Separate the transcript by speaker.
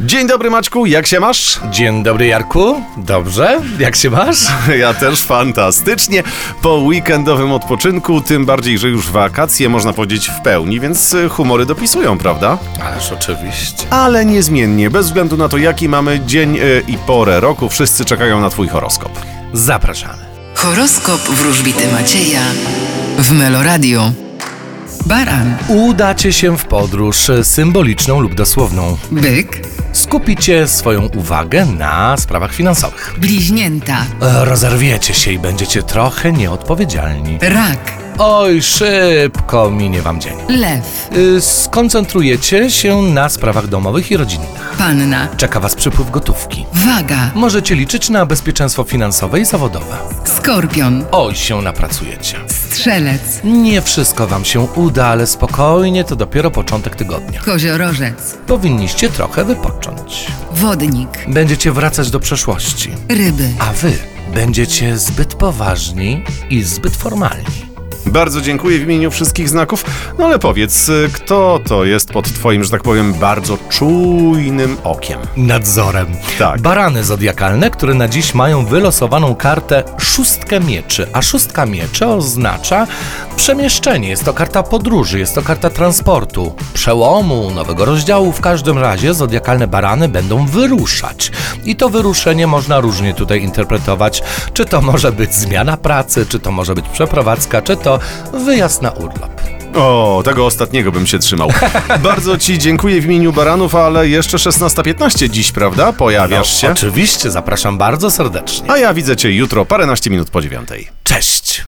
Speaker 1: Dzień dobry Maćku, jak się masz?
Speaker 2: Dzień dobry, Jarku. Dobrze? Jak się masz?
Speaker 1: Ja też fantastycznie. Po weekendowym odpoczynku, tym bardziej, że już wakacje można powiedzieć w pełni, więc y, humory dopisują, prawda?
Speaker 2: Ależ oczywiście.
Speaker 1: Ale niezmiennie, bez względu na to, jaki mamy dzień y, i porę roku, wszyscy czekają na Twój horoskop.
Speaker 2: Zapraszamy.
Speaker 3: Horoskop wróżbity Macieja w Meloradio. Baran,
Speaker 2: Udacie się w podróż symboliczną lub dosłowną.
Speaker 3: byk,
Speaker 2: Skupicie swoją uwagę na sprawach finansowych.
Speaker 3: bliźnięta,
Speaker 2: E, Rozerwiecie się i będziecie trochę nieodpowiedzialni.
Speaker 3: rak,
Speaker 2: Oj, szybko minie wam dzień.
Speaker 3: lew,
Speaker 2: E, Skoncentrujecie się na sprawach domowych i rodzinnych.
Speaker 3: panna,
Speaker 2: Czeka was przypływ gotówki.
Speaker 3: waga,
Speaker 2: Możecie liczyć na bezpieczeństwo finansowe i zawodowe.
Speaker 3: skorpion,
Speaker 2: Oj, się napracujecie.
Speaker 3: strzelec,
Speaker 2: Nie wszystko Wam się uda, ale spokojnie, to dopiero początek tygodnia.
Speaker 3: koziorożec,
Speaker 2: Powinniście trochę wypocząć.
Speaker 3: wodnik,
Speaker 2: Będziecie wracać do przeszłości,
Speaker 3: ryby.
Speaker 2: a Wy będziecie zbyt poważni i zbyt formalni.
Speaker 1: Bardzo dziękuję w imieniu wszystkich znaków, no ale powiedz, y, kto to jest pod Twoim, że tak powiem, bardzo czujnym okiem?
Speaker 2: Nadzorem.
Speaker 1: Tak.
Speaker 2: Barany zodiakalne, które na dziś mają wylosowaną kartę szóstkę mieczy, a szóstka mieczy oznacza przemieszczenie. Jest to karta podróży, jest to karta transportu, przełomu, nowego rozdziału. W każdym razie zodiakalne barany będą wyruszać. I to wyruszenie można różnie tutaj interpretować. Czy to może być zmiana pracy, czy to może być przeprowadzka, czy to wyjazd na urlop.
Speaker 1: O, tego ostatniego bym się trzymał. Bardzo Ci dziękuję w imieniu baranów, ale jeszcze 16.15 dziś, prawda?
Speaker 2: No,
Speaker 1: Pojawiasz się.
Speaker 2: Oczywiście, zapraszam bardzo serdecznie.
Speaker 1: A ja widzę Cię jutro, paręnaście minut po dziewiątej.
Speaker 2: Cześć!